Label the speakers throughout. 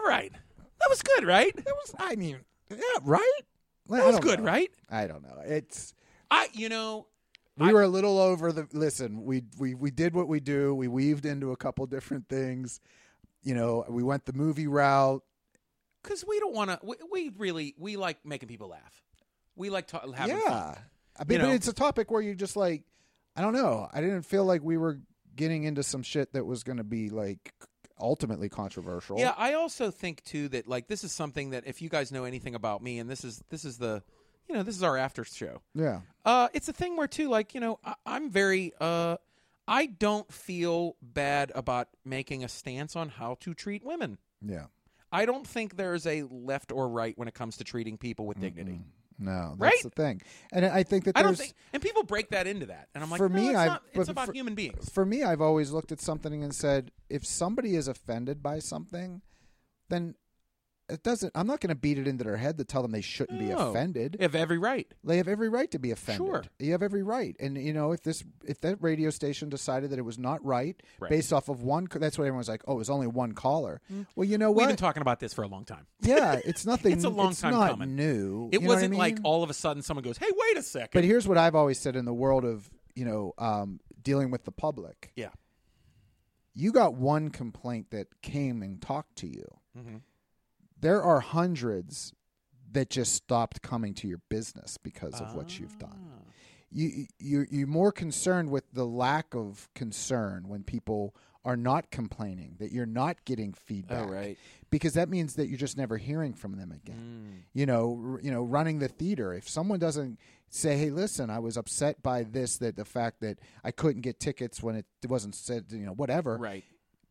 Speaker 1: right. That was good, right?
Speaker 2: That was, I mean, yeah, right?
Speaker 1: That was good, right?
Speaker 2: I don't know. It's
Speaker 1: I, you know,
Speaker 2: we
Speaker 1: I-
Speaker 2: were a little over the. Listen, we we we did what we do. We weaved into a couple different things. You know, we went the movie route.
Speaker 1: because we don't want to. We, we really we like making people laugh. We like ta- having fun.
Speaker 2: yeah, I mean,
Speaker 1: You know.
Speaker 2: but it's a topic where you just like, I don't know. I didn't feel like we were getting into some shit that was going to be like ultimately controversial.
Speaker 1: Yeah, I also think too that like this is something that if you guys know anything about me, and this is this is the, you know, this is our after show.
Speaker 2: yeah.
Speaker 1: Uh, it's a thing where too, like you know, I, I'm very. Uh, I don't feel bad about making a stance on how to treat women.
Speaker 2: Yeah.
Speaker 1: I don't think there's a left or right when it comes to treating people with dignity.
Speaker 2: No, that's
Speaker 1: Right?
Speaker 2: the thing, and I think that
Speaker 1: I
Speaker 2: there's,
Speaker 1: don't think, and people break that into that, and I'm like,
Speaker 2: For
Speaker 1: no,
Speaker 2: me,
Speaker 1: it's
Speaker 2: I-
Speaker 1: not, it's
Speaker 2: but
Speaker 1: about
Speaker 2: for-
Speaker 1: human beings.
Speaker 2: for me, I've always looked at something and said, if somebody is offended by something, then it doesn't. I'm not going to beat it into their head to tell them they shouldn't be
Speaker 1: No.
Speaker 2: offended.
Speaker 1: You have every right.
Speaker 2: They have every right to be offended.
Speaker 1: Sure.
Speaker 2: You have every right. And you know, if this if that radio station decided that it was not right,
Speaker 1: Right.
Speaker 2: based off of one, c- that's what everyone's like. Oh, it was only one caller. Well, you know
Speaker 1: We've been
Speaker 2: what?
Speaker 1: talking about this for a long time.
Speaker 2: yeah, it's nothing.
Speaker 1: It's a long time
Speaker 2: not
Speaker 1: coming.
Speaker 2: New.
Speaker 1: It
Speaker 2: You know what I
Speaker 1: wasn't like
Speaker 2: mean?
Speaker 1: all of a sudden someone goes, "Hey, wait a second.
Speaker 2: But here's what I've always said in the world of you know um, dealing with the public.
Speaker 1: yeah,
Speaker 2: you got one complaint that came and talked to you.
Speaker 1: Mm-hmm.
Speaker 2: There are hundreds that just stopped coming to your business because of what you've done.
Speaker 1: Ah.
Speaker 2: You you you're more concerned with the lack of concern when people are not complaining that you're not getting feedback
Speaker 1: right.
Speaker 2: because that means that you're just never hearing from them again. You know, r- you know, running the theater. If someone doesn't say, "Hey, listen, I was upset by this," that the fact that I couldn't get tickets when it wasn't said, you know, whatever.
Speaker 1: right,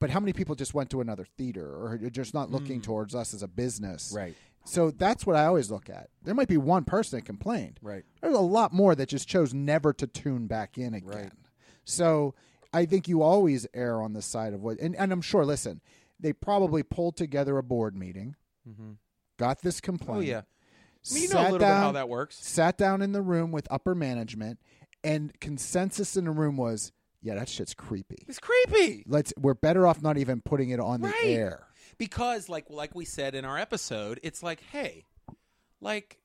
Speaker 2: But how many people just went to another theater or are just not looking towards us as a business?
Speaker 1: Mm. Right.
Speaker 2: So that's what I always look at. There might be one person that complained.
Speaker 1: Right.
Speaker 2: There's a lot more that just chose never to tune back in again.
Speaker 1: Right.
Speaker 2: So I think you always err on the side of what, and, and I'm sure, listen, they probably pulled together a board meeting, got this complaint.
Speaker 1: Mm-hmm. Oh yeah. I mean, you know
Speaker 2: sat
Speaker 1: a little bit how
Speaker 2: down-
Speaker 1: that works.
Speaker 2: Sat down in the room with upper management, and consensus in the room was, yeah, that shit's creepy.
Speaker 1: It's creepy
Speaker 2: Let's. We're better off not even putting it on
Speaker 1: Right.
Speaker 2: the air.
Speaker 1: because, like, like we said in our episode, it's like, hey, like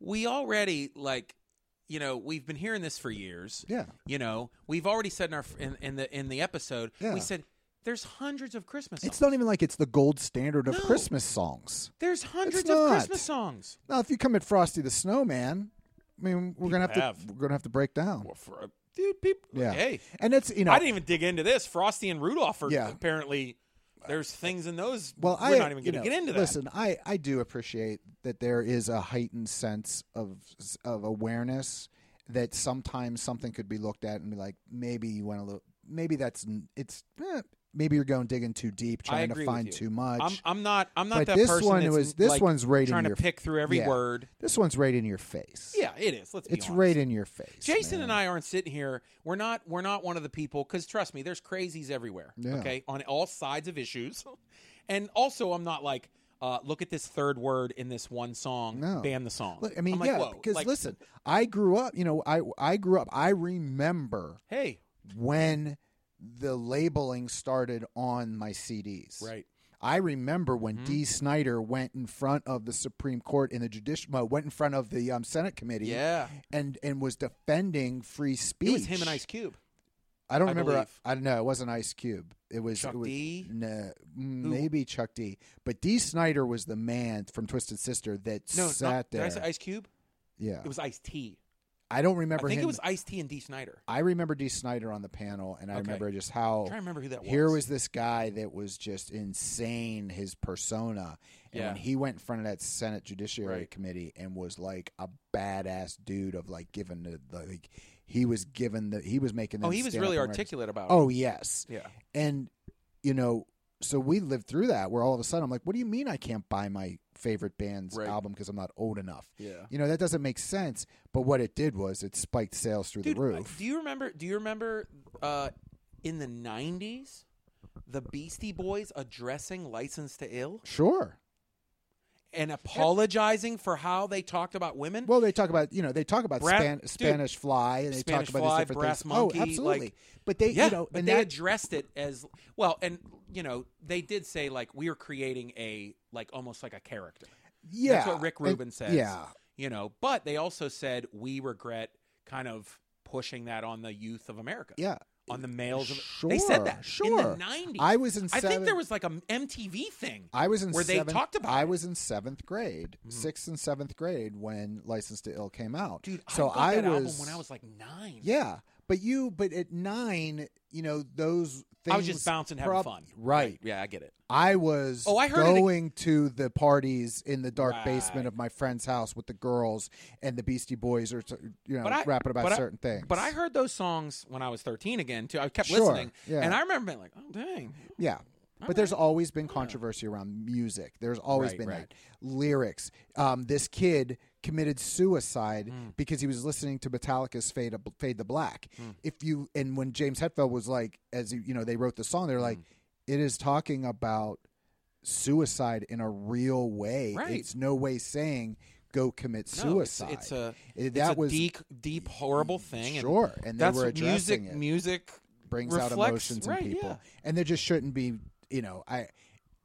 Speaker 1: we already like, you know, we've been hearing this for years.
Speaker 2: Yeah.
Speaker 1: You know, we've already said in our in, in the in the episode,
Speaker 2: Yeah.
Speaker 1: we said there's hundreds of Christmas. Songs.
Speaker 2: It's not even like it's the gold standard of
Speaker 1: No.
Speaker 2: Christmas songs.
Speaker 1: there's hundreds
Speaker 2: not.
Speaker 1: of Christmas songs.
Speaker 2: Now, if you come at Frosty the Snowman, I mean, we're gonna have,
Speaker 1: have.
Speaker 2: to we're gonna have to break down.
Speaker 1: Well, for a- dude, people.
Speaker 2: Yeah,
Speaker 1: Hey,
Speaker 2: and it's you know,
Speaker 1: I didn't even dig into this. Frosty and Rudolph are
Speaker 2: Yeah.
Speaker 1: apparently there's things in those.
Speaker 2: well,
Speaker 1: we're
Speaker 2: I
Speaker 1: not even
Speaker 2: you
Speaker 1: going to
Speaker 2: know,
Speaker 1: get into that.
Speaker 2: Listen, I I do appreciate that there is a heightened sense of of awareness that sometimes something could be looked at and be like, maybe you went a little, maybe that's n- it's. eh, Maybe you're going digging too deep,
Speaker 1: I
Speaker 2: trying
Speaker 1: agree
Speaker 2: to
Speaker 1: with
Speaker 2: find
Speaker 1: you.
Speaker 2: too much.
Speaker 1: I'm, I'm not. I'm not
Speaker 2: But
Speaker 1: that
Speaker 2: this
Speaker 1: person.
Speaker 2: one
Speaker 1: that's,
Speaker 2: was- this
Speaker 1: like,
Speaker 2: one's right in
Speaker 1: trying
Speaker 2: your-
Speaker 1: to pick through every
Speaker 2: yeah.
Speaker 1: word.
Speaker 2: this one's right in your face.
Speaker 1: Yeah, it is. Let's be
Speaker 2: it's
Speaker 1: honest.
Speaker 2: right in your face.
Speaker 1: Jason
Speaker 2: man.
Speaker 1: and I aren't sitting here. We're not. We're not one of the people. Because trust me, there's crazies everywhere.
Speaker 2: Yeah.
Speaker 1: Okay, on all sides of issues, and also I'm not like. Uh, look at this third word in this one song.
Speaker 2: No.
Speaker 1: Ban the song.
Speaker 2: Look, I mean,
Speaker 1: I'm like,
Speaker 2: yeah,
Speaker 1: whoa,
Speaker 2: because
Speaker 1: like,
Speaker 2: listen, I grew up. You know, I I grew up. I remember
Speaker 1: hey,
Speaker 2: when the labeling started on my CDs.
Speaker 1: right, Mm-hmm.
Speaker 2: I remember when D. Snyder went in front of the Supreme Court in the judicial, well, went in front of the um, Senate committee,
Speaker 1: yeah.
Speaker 2: and and was defending free speech.
Speaker 1: It was him and Ice Cube.
Speaker 2: I don't
Speaker 1: I
Speaker 2: remember.
Speaker 1: believe.
Speaker 2: I don't know. It wasn't Ice Cube. It was
Speaker 1: Chuck
Speaker 2: it was,
Speaker 1: D?
Speaker 2: No, mm, maybe Chuck D. But D. Snyder was the man from Twisted Sister that
Speaker 1: No,
Speaker 2: sat
Speaker 1: not,
Speaker 2: there.
Speaker 1: did I say Ice Cube?
Speaker 2: yeah,
Speaker 1: It was Ice T.
Speaker 2: I don't
Speaker 1: I
Speaker 2: remember
Speaker 1: think
Speaker 2: him.
Speaker 1: it was Ice T and D Snyder.
Speaker 2: I remember D. Snyder on the panel, and I
Speaker 1: Okay.
Speaker 2: remember just how.
Speaker 1: I'm trying to remember who that was.
Speaker 2: Oh. Here was this guy that was just insane, his persona. And
Speaker 1: Yeah.
Speaker 2: when he went in front of that Senate Judiciary
Speaker 1: Right.
Speaker 2: Committee and was like a badass dude of like giving the, the like he was given the he was making
Speaker 1: oh,
Speaker 2: them
Speaker 1: he was
Speaker 2: stand
Speaker 1: really
Speaker 2: up and-
Speaker 1: articulate about it.
Speaker 2: Oh yes.
Speaker 1: yeah,
Speaker 2: And you know, so we lived through that where all of a sudden I'm like, what do you mean I can't buy my favorite band's
Speaker 1: Right.
Speaker 2: album because I'm not old enough?
Speaker 1: yeah.
Speaker 2: You know, that doesn't make sense. But what it did was it spiked sales through
Speaker 1: Dude,
Speaker 2: the
Speaker 1: I-
Speaker 2: roof.
Speaker 1: do you remember? Do you remember uh, in the '90s the Beastie Boys addressing "License to Ill"
Speaker 2: sure.
Speaker 1: and apologizing for how they talked about women.
Speaker 2: Well, they talk about you know they talk about
Speaker 1: Brat-
Speaker 2: Span-
Speaker 1: dude.
Speaker 2: Spanish fly and they
Speaker 1: Spanish
Speaker 2: talk about
Speaker 1: fly,
Speaker 2: these different
Speaker 1: brass
Speaker 2: things.
Speaker 1: monkey,
Speaker 2: oh, absolutely.
Speaker 1: like-
Speaker 2: but they
Speaker 1: yeah,
Speaker 2: you know
Speaker 1: but
Speaker 2: and
Speaker 1: they
Speaker 2: that,
Speaker 1: addressed it as well, and you know they did say like we are creating a like almost like a character.
Speaker 2: yeah
Speaker 1: That's what Rick
Speaker 2: and-
Speaker 1: Rubin says.
Speaker 2: Yeah,
Speaker 1: you know. But they also said we regret kind of pushing that on the youth of America.
Speaker 2: yeah.
Speaker 1: on the males. Of, They said that
Speaker 2: Sure,
Speaker 1: in the
Speaker 2: sure.
Speaker 1: nineties.
Speaker 2: I was in.
Speaker 1: I
Speaker 2: seven,
Speaker 1: think there was like a MTV thing.
Speaker 2: I was in
Speaker 1: where they
Speaker 2: seventh,
Speaker 1: talked about
Speaker 2: I
Speaker 1: it. Mm-hmm.
Speaker 2: was in seventh grade, sixth and seventh grade when License to Ill came out.
Speaker 1: Dude,
Speaker 2: so
Speaker 1: I, bought that
Speaker 2: was
Speaker 1: album when I was like nine.
Speaker 2: yeah. But you, but at nine, you know those things.
Speaker 1: I was just bouncing, having
Speaker 2: prob-
Speaker 1: fun.
Speaker 2: Right.
Speaker 1: Yeah, I get it.
Speaker 2: I was
Speaker 1: Oh, I heard it-
Speaker 2: going to the parties in the dark
Speaker 1: Right.
Speaker 2: basement of my friend's house with the girls and the Beastie Boys are you know
Speaker 1: But I-
Speaker 2: rapping about
Speaker 1: but I-
Speaker 2: certain things.
Speaker 1: But I heard those songs when I was 13 again too. I kept
Speaker 2: Sure,
Speaker 1: listening,
Speaker 2: yeah.
Speaker 1: and I remember being like, "Oh dang,
Speaker 2: yeah. But there's always been controversy around music. There's always
Speaker 1: Right,
Speaker 2: been
Speaker 1: right.
Speaker 2: that. Lyrics. Um, this kid committed suicide
Speaker 1: Hmm.
Speaker 2: because he was listening to Metallica's Fade, Fade the Black.
Speaker 1: Hmm.
Speaker 2: If you and when James Hetfield was like, as you you know, they wrote the song,
Speaker 1: Hmm.
Speaker 2: they're like, it is talking about suicide in a real way.
Speaker 1: Right.
Speaker 2: It's no way saying go commit
Speaker 1: No, it's-
Speaker 2: suicide.
Speaker 1: It's, a
Speaker 2: It-
Speaker 1: it's
Speaker 2: that
Speaker 1: a
Speaker 2: was
Speaker 1: deep, deep, horrible thing. and
Speaker 2: sure, and, they
Speaker 1: that's
Speaker 2: were
Speaker 1: what music.
Speaker 2: addressing it.
Speaker 1: Music
Speaker 2: brings out
Speaker 1: reflects-
Speaker 2: emotions in
Speaker 1: right,
Speaker 2: people,
Speaker 1: yeah.
Speaker 2: and there just shouldn't be. You know, I,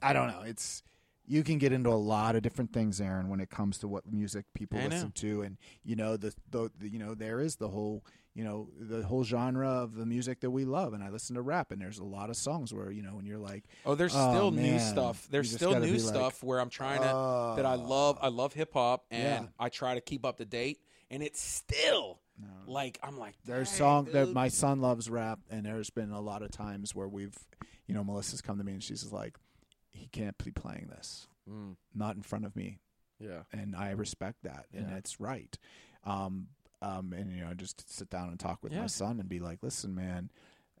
Speaker 2: I don't know. It's you can get into a lot of different things, Aaron, when it comes to what music people
Speaker 1: I know.
Speaker 2: listen to, and you know the, the, the you know there is the whole you know the whole genre of the music that we love, and I listen to rap, and there's a lot of songs where you know when you're like,
Speaker 1: Oh, there's
Speaker 2: Oh,
Speaker 1: still new
Speaker 2: man.
Speaker 1: stuff.
Speaker 2: You
Speaker 1: There's
Speaker 2: just
Speaker 1: still
Speaker 2: gotta
Speaker 1: new
Speaker 2: be like,
Speaker 1: stuff where I'm trying to that I
Speaker 2: "Oh."
Speaker 1: love. I love hip hop and
Speaker 2: Yeah.
Speaker 1: I try to keep up to date. And it's still like I'm like
Speaker 2: There's
Speaker 1: "Dang,
Speaker 2: song that
Speaker 1: dude."
Speaker 2: my son loves rap, and there's been a lot of times where we've, you know, Melissa's come to me and she's just like, he can't be playing this,
Speaker 1: Mm,
Speaker 2: not in front of me.
Speaker 1: yeah.
Speaker 2: and I respect that, and
Speaker 1: Yeah.
Speaker 2: that's right. Um, um, and you know, just sit down and talk with
Speaker 1: Yeah.
Speaker 2: my son and be like, "Listen, man,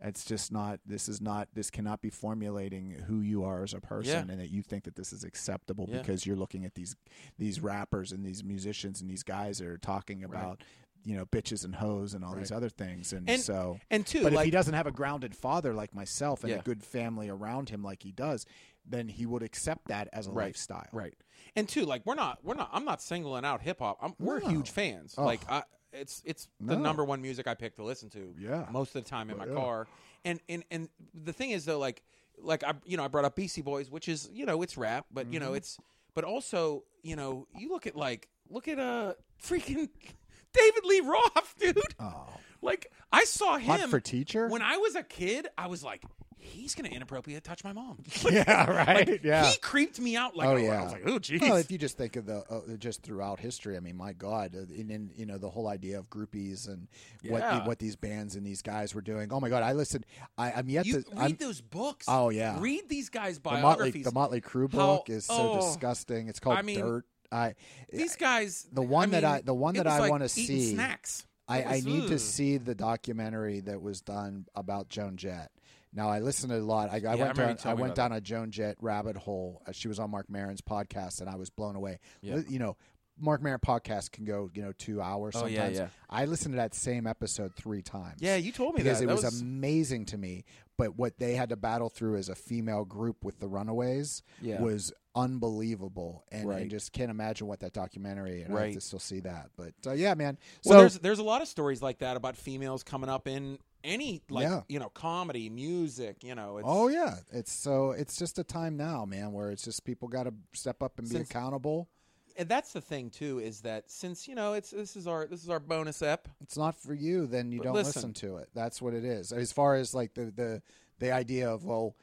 Speaker 2: it's just not. This is not. This cannot be formulating who you are as a person, and that you think that this is acceptable
Speaker 1: Yeah.
Speaker 2: because you're looking at these these rappers and these musicians and these guys that are talking about." You know, bitches and hoes and all these
Speaker 1: Right.
Speaker 2: other things, and,
Speaker 1: And-
Speaker 2: so.
Speaker 1: And two,
Speaker 2: But if he
Speaker 1: like
Speaker 2: doesn't have a grounded father like myself and
Speaker 1: Yeah.
Speaker 2: a good family around him like he does, then he would accept that as a
Speaker 1: Right.
Speaker 2: lifestyle.
Speaker 1: right. And two, like we're not we're not I'm not singling out hip hop. I'm we're
Speaker 2: No.
Speaker 1: huge fans.
Speaker 2: Oh.
Speaker 1: Like I it's it's the
Speaker 2: No.
Speaker 1: number one music I pick to listen to.
Speaker 2: Yeah.
Speaker 1: Most of the time in my
Speaker 2: Well, yeah.
Speaker 1: car. And and and the thing is though, like like I you know, I brought up Beastie Boys, which is, you know, it's rap, but you
Speaker 2: Mm-hmm.
Speaker 1: know, it's but also, you know, you look at like look at uh freaking David Lee Roth, dude.
Speaker 2: Oh,
Speaker 1: Like I saw
Speaker 2: hot
Speaker 1: him
Speaker 2: for teacher.
Speaker 1: when I was a kid, I was like, he's gonna inappropriate touch my mom.
Speaker 2: yeah, right. yeah.
Speaker 1: He creeped me out like
Speaker 2: Oh,
Speaker 1: a- I
Speaker 2: yeah.
Speaker 1: was like, oh jeez.
Speaker 2: Well, if you just think of the uh, just throughout history, I mean, my God, uh, and, and you know the whole idea of groupies and what
Speaker 1: Yeah.
Speaker 2: the, what these bands and these guys were doing. Oh my God, I listened. I, I'm yet
Speaker 1: You
Speaker 2: to.
Speaker 1: read
Speaker 2: I'm,
Speaker 1: those books.
Speaker 2: Oh, yeah.
Speaker 1: read these guys'
Speaker 2: the Motley
Speaker 1: biographies.
Speaker 2: the Motley Crue
Speaker 1: How-
Speaker 2: book is so
Speaker 1: oh.
Speaker 2: disgusting. It's called
Speaker 1: I mean,
Speaker 2: Dirt. I
Speaker 1: these guys.
Speaker 2: the one that
Speaker 1: mean,
Speaker 2: I- the one
Speaker 1: it
Speaker 2: that
Speaker 1: was
Speaker 2: I
Speaker 1: like
Speaker 2: wanna
Speaker 1: eating
Speaker 2: see-
Speaker 1: Snacks.
Speaker 2: I,
Speaker 1: It
Speaker 2: I
Speaker 1: was-
Speaker 2: need
Speaker 1: ugh.
Speaker 2: to see the documentary that was done about Joan Jett. Now I listened to a lot. I, I
Speaker 1: remember
Speaker 2: went
Speaker 1: you
Speaker 2: down. I
Speaker 1: telling me
Speaker 2: went
Speaker 1: about
Speaker 2: down a Joan Jett rabbit hole. Uh, She was on Mark Maron's podcast, and I was blown away.
Speaker 1: Yeah.
Speaker 2: Li- You know, Mark Maron podcast can go you know two hours.
Speaker 1: Oh,
Speaker 2: Sometimes.
Speaker 1: yeah, yeah.
Speaker 2: I listened to that same episode three times.
Speaker 1: Yeah, you told me
Speaker 2: because
Speaker 1: that.
Speaker 2: it
Speaker 1: That
Speaker 2: was, amazing to me. But what they had to battle through as a female group with the Runaways
Speaker 1: Yeah.
Speaker 2: was unbelievable, and I
Speaker 1: Right.
Speaker 2: just can't imagine what that documentary. And I
Speaker 1: Right.
Speaker 2: have to still see that. But uh, yeah, man. So
Speaker 1: Well, there's there's a lot of stories like that about females coming up in any like
Speaker 2: Yeah.
Speaker 1: you know comedy, music. You know, it's,
Speaker 2: Oh yeah, it's so it's just a time now, man, where it's just people got to step up and be
Speaker 1: Since-
Speaker 2: accountable.
Speaker 1: and that's the thing too is that since you know it's this is our this is our bonus ep.
Speaker 2: It's not for you, then you
Speaker 1: But
Speaker 2: don't
Speaker 1: listen.
Speaker 2: listen. to it. That's what it is. As far as like the the the idea of well,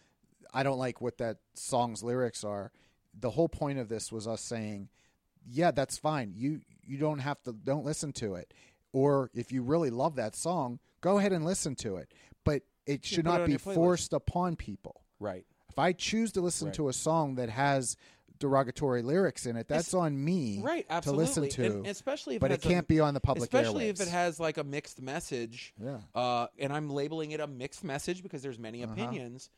Speaker 2: I don't like what that song's lyrics are. The whole point of this was us saying, yeah, that's fine. You you don't have to don't listen to it. Or if you really love that song, go ahead and listen to it. But it should
Speaker 1: put it
Speaker 2: not
Speaker 1: on
Speaker 2: be
Speaker 1: your playlist.
Speaker 2: forced upon people.
Speaker 1: Right.
Speaker 2: If I choose to listen
Speaker 1: Right.
Speaker 2: to a song that has derogatory lyrics in it, that's on me
Speaker 1: Right.
Speaker 2: to
Speaker 1: Absolutely.
Speaker 2: listen to.
Speaker 1: And especially if
Speaker 2: but it
Speaker 1: it's a-
Speaker 2: can't be on the public
Speaker 1: especially if
Speaker 2: airwaves.
Speaker 1: it has like a mixed message.
Speaker 2: Yeah.
Speaker 1: Uh, and I'm labeling it a mixed message because there's many
Speaker 2: Uh-huh.
Speaker 1: opinions,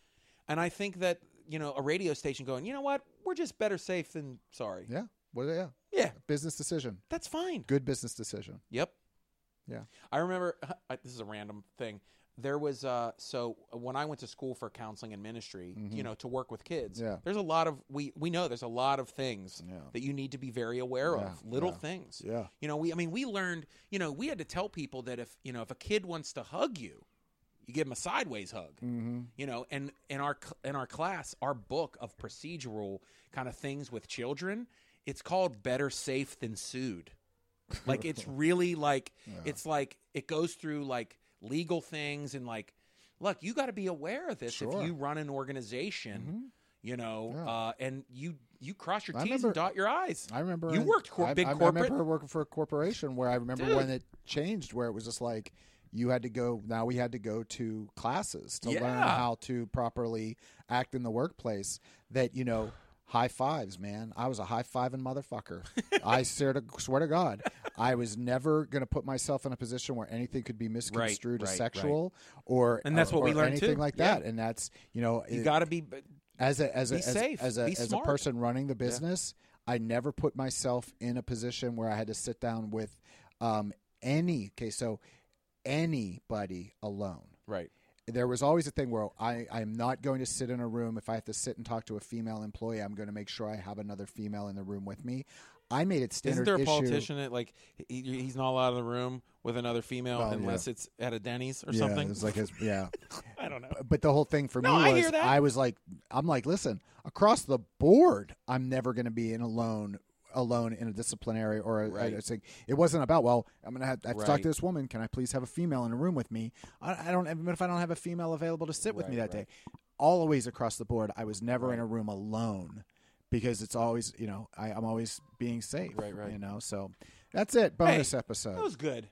Speaker 1: and I think that you know a radio station going, you know what, we're just better safe than sorry.
Speaker 2: yeah. Well, yeah.
Speaker 1: Yeah,
Speaker 2: Business decision.
Speaker 1: that's fine.
Speaker 2: Good business decision.
Speaker 1: Yep.
Speaker 2: Yeah.
Speaker 1: I remember I, this is a random thing. there was uh so when I went to school for counseling and ministry, you know, to work with kids,
Speaker 2: Mm-hmm. Yeah.
Speaker 1: there's a lot of we we know there's a lot of things
Speaker 2: Yeah.
Speaker 1: that you need to be very aware
Speaker 2: Yeah,
Speaker 1: of, little
Speaker 2: yeah.
Speaker 1: things.
Speaker 2: Yeah.
Speaker 1: You know, we I mean we learned, you know, we had to tell people that if, you know, if a kid wants to hug you, you give them a sideways hug.
Speaker 2: Mm-hmm.
Speaker 1: You know, and in our cl- in our class, our book of procedural kind of things with children, it's called Better Safe Than Sued. Like it's really like it's like it goes through like legal things and like look, you got to be aware of this
Speaker 2: Sure. Mm-hmm.
Speaker 1: if you run an organization, you know,
Speaker 2: Yeah.
Speaker 1: uh, and you you cross your
Speaker 2: I
Speaker 1: T's
Speaker 2: remember-
Speaker 1: and dot your I's.
Speaker 2: I remember
Speaker 1: You
Speaker 2: in-
Speaker 1: worked cor-
Speaker 2: I,
Speaker 1: big
Speaker 2: I, I
Speaker 1: corporate.
Speaker 2: remember working for a corporation where I remember
Speaker 1: Dude.
Speaker 2: when it changed, where it was just like you had to go. Now we had to go to classes to learn
Speaker 1: Yeah.
Speaker 2: how to properly act in the workplace. That you know, high fives, man. I was a high fiving motherfucker. I swear to, swear to God, I was never going to put myself in a position where anything could be misconstrued
Speaker 1: right,
Speaker 2: as
Speaker 1: right.
Speaker 2: sexual or
Speaker 1: And that's what
Speaker 2: or
Speaker 1: we learned,
Speaker 2: anything
Speaker 1: too.
Speaker 2: like
Speaker 1: Yeah.
Speaker 2: that. And that's you know,
Speaker 1: You
Speaker 2: it-
Speaker 1: got to be
Speaker 2: as a as a
Speaker 1: Be
Speaker 2: as,
Speaker 1: safe.
Speaker 2: as a
Speaker 1: Be
Speaker 2: as a
Speaker 1: smart.
Speaker 2: person running the business, I never put myself in a position where I had to sit down with um, any okay, so anybody alone.
Speaker 1: right.
Speaker 2: There was always a thing where I I'm not going to sit in a room if I have to sit and talk to a female employee. I'm going to make sure I have another female in the room with me. I made it standard
Speaker 1: Isn't there a
Speaker 2: issue.
Speaker 1: politician that like he, he's not allowed in the room with another female
Speaker 2: Well, yeah.
Speaker 1: unless it's at a Denny's or
Speaker 2: yeah,
Speaker 1: something?
Speaker 2: it was like his, yeah.
Speaker 1: I don't know.
Speaker 2: but the whole thing for
Speaker 1: No,
Speaker 2: me
Speaker 1: I
Speaker 2: was
Speaker 1: hear that.
Speaker 2: I was like, I'm like, listen, across the board, I'm never going to be in alone alone in a disciplinary or a,
Speaker 1: Right.
Speaker 2: a thing. It wasn't about well, I'm gonna have, I have to talk
Speaker 1: Right.
Speaker 2: to this woman. Can I please have a female in a room with me? I, I don't even if I don't have a female available to sit with me
Speaker 1: Right,
Speaker 2: that day. Always across the board, I was never in
Speaker 1: Right.
Speaker 2: a room alone because it's always you know I, I'm always being safe.
Speaker 1: Right, right.
Speaker 2: You know, so that's it. Bonus episode.
Speaker 1: That was good.